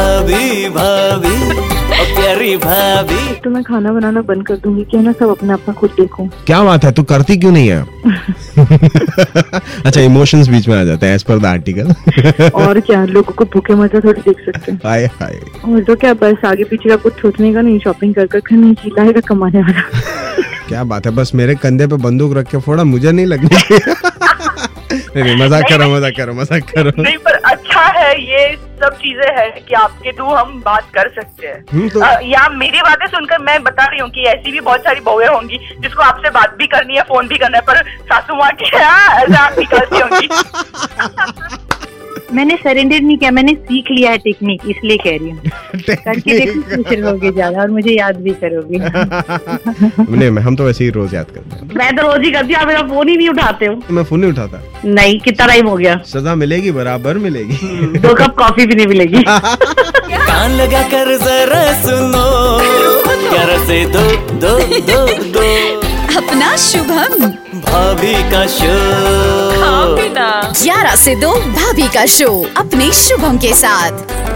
प्यारी भाभी ओ प्यारी भाभी तो मैं खाना बनाना बंद कर दूंगी क्यों ना सब अपना अपना खुद देखो क्या बात है तू करती क्यों नहीं है अच्छा इमोशंस बीच में आ जाते हैं एज पर द आर्टिकल और क्या लोगों को भूखे मरते थोड़ी देख सकते हैं हाय हाय और तो क्या बस आगे पीछे का कुछ सोचने का नहीं शॉपिंग कर कर नहीं चिल्लाएगा कमाने वाला क्या बात है बस मेरे कंधे पे बंदूक रख के फोड़ा मुझे नहीं लगने की नहीं नहीं मजाक करो मजाक करो मजाक करो नहीं पर अच्छा है ये सब चीजें है कि आपके थ्रू हम बात कर सकते हैं हम्म, तो अ, या मेरी बातें सुनकर मैं बता रही हूँ कि ऐसी भी बहुत सारी बहुएं होंगी जिसको आपसे बात भी करनी है फोन भी करना है पर सासू माँ की हाँ, ऐसे आप निकलती होंगी मैंने सरेंडर नहीं किया मैंने सीख लिया है टेक्निक इसलिए कह रही हूँ करके देखो खुश रहोगे ज्यादा और मुझे याद भी करोगे नहीं मैं हम तो वैसे ही रोज याद करते हैं मैं तो रोज ही करती हूँ आप मेरा फोन ही नहीं उठाते हो मैं फोन नहीं उठाता नहीं कितना टाइम हो गया सजा मिलेगी बराबर मिलेगी दो कप कॉफी भी नहीं मिलेगी कान लगा कर जरा सुनो प्यार से दो दो दो दो अपना शुभम भाभी का शो ग्यारह से दो भाभी का शो अपने शुभम के साथ